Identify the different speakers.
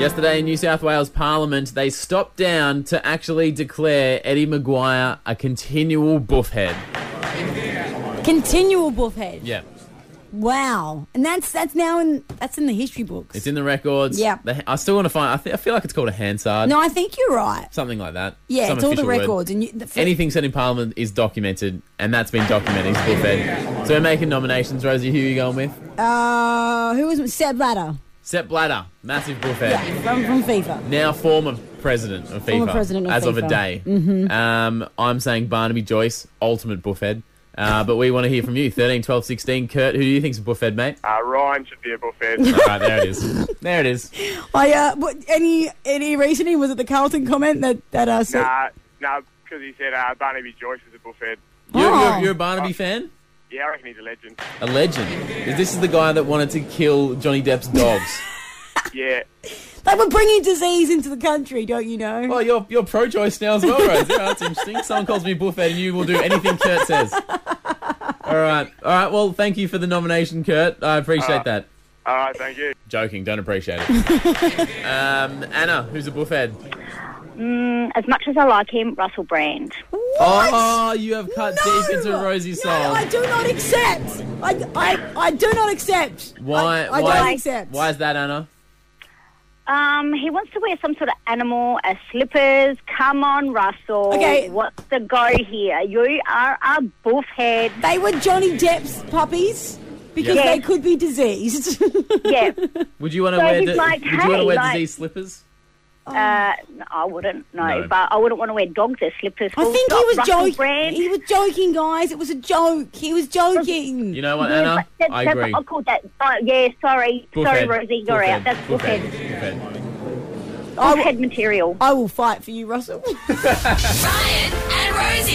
Speaker 1: Yesterday in New South Wales Parliament, they stopped down to actually declare Eddie Maguire a continual buffhead.
Speaker 2: Continual buffhead.
Speaker 1: Yeah.
Speaker 2: Wow. And that's that's now in that's in the history books.
Speaker 1: It's in the records.
Speaker 2: Yeah.
Speaker 1: The- I still want to find. I, thi- I feel like it's called a Hansard.
Speaker 2: no, I think you're right.
Speaker 1: Something like that.
Speaker 2: Yeah,
Speaker 1: Some
Speaker 2: it's all the
Speaker 1: official word.
Speaker 2: records and you, the, for-
Speaker 1: Anything said in Parliament is documented, and that's been documented. He's buffhead. So we're making nominations. Rosie, who are you going with?
Speaker 2: uh who was Seb Blatter
Speaker 1: Sepp Blatter, massive buffhead.
Speaker 2: from from FIFA.
Speaker 1: Now former president of FIFA.
Speaker 2: Former president of
Speaker 1: as of a
Speaker 2: FIFA. Mm-hmm.
Speaker 1: day. Um, I'm saying Barnaby Joyce, ultimate buffhead. Uh, but we want to hear from you. 13, 12, 16. Kurt, who do you think's a buffhead, mate?
Speaker 3: Uh, Ryan should be a buffet.
Speaker 1: All right, there it is. There it is.
Speaker 2: I uh what, any any reasoning was it the Carlton comment that that uh said
Speaker 3: nah, nah, because he said uh, Barnaby Joyce is a buffet.
Speaker 1: You're,
Speaker 2: Oh.
Speaker 1: you're, you're a Barnaby fan?
Speaker 3: Yeah, I reckon he's a legend.
Speaker 1: A legend. This is the guy that wanted to kill Johnny Depp's dogs.
Speaker 3: Yeah,
Speaker 2: they were bringing disease into the country, don't you know?
Speaker 1: well, you're, you're pro-choice now as well, Rose. Yeah, that's interesting. Someone calls me buffhead and you will do anything Kurt says. All right. All right. Well, thank you for the nomination, Kurt. I appreciate that.
Speaker 3: all right, thank you.
Speaker 1: Joking, don't appreciate it. um, Anna, who's a buffhead?
Speaker 4: As much as I like him, Russell Brand.
Speaker 2: What?
Speaker 1: Oh, you have cut deep into Rosie's
Speaker 2: No,
Speaker 1: soul.
Speaker 2: I do not accept. I, I, I do not accept.
Speaker 1: why?
Speaker 2: I, I
Speaker 1: why?
Speaker 2: don't accept.
Speaker 1: Why is that, Anna?
Speaker 4: Um, he wants to wear some sort of animal as slippers. Come on, Russell.
Speaker 2: Okay.
Speaker 4: What's the go here? You are a buffhead.
Speaker 2: They were Johnny Depp's puppies because
Speaker 4: Yeah.
Speaker 2: they could be diseased.
Speaker 4: Yeah.
Speaker 1: Would you want to
Speaker 4: So
Speaker 1: wear?
Speaker 4: he's
Speaker 1: di-
Speaker 4: like,
Speaker 1: would you want to
Speaker 4: "Hey,
Speaker 1: wear
Speaker 4: like-
Speaker 1: disease slippers?
Speaker 2: Oh.
Speaker 4: uh, no, I wouldn't, no,
Speaker 1: No.
Speaker 4: But I wouldn't want to wear dogs as slippers.
Speaker 2: I
Speaker 4: Full
Speaker 2: think he
Speaker 4: Oh, stop.
Speaker 2: was
Speaker 4: Russell
Speaker 2: joking.
Speaker 4: Brand.
Speaker 2: He was joking, guys. It was a joke. He was joking.
Speaker 1: You know what,
Speaker 4: Yeah,
Speaker 1: Anna?
Speaker 4: but that's-
Speaker 1: I
Speaker 4: that's-
Speaker 1: agree.
Speaker 4: I called that. Oh, yeah, sorry. Sorry,
Speaker 1: Buffhead.
Speaker 4: Rosie. You're
Speaker 1: Buffhead.
Speaker 4: out. That's
Speaker 1: Buffhead.
Speaker 4: buffhead.
Speaker 1: Buffhead.
Speaker 2: I,
Speaker 4: Buffhead material.
Speaker 2: I will fight for you, Russell.
Speaker 5: Ryan and Rosie.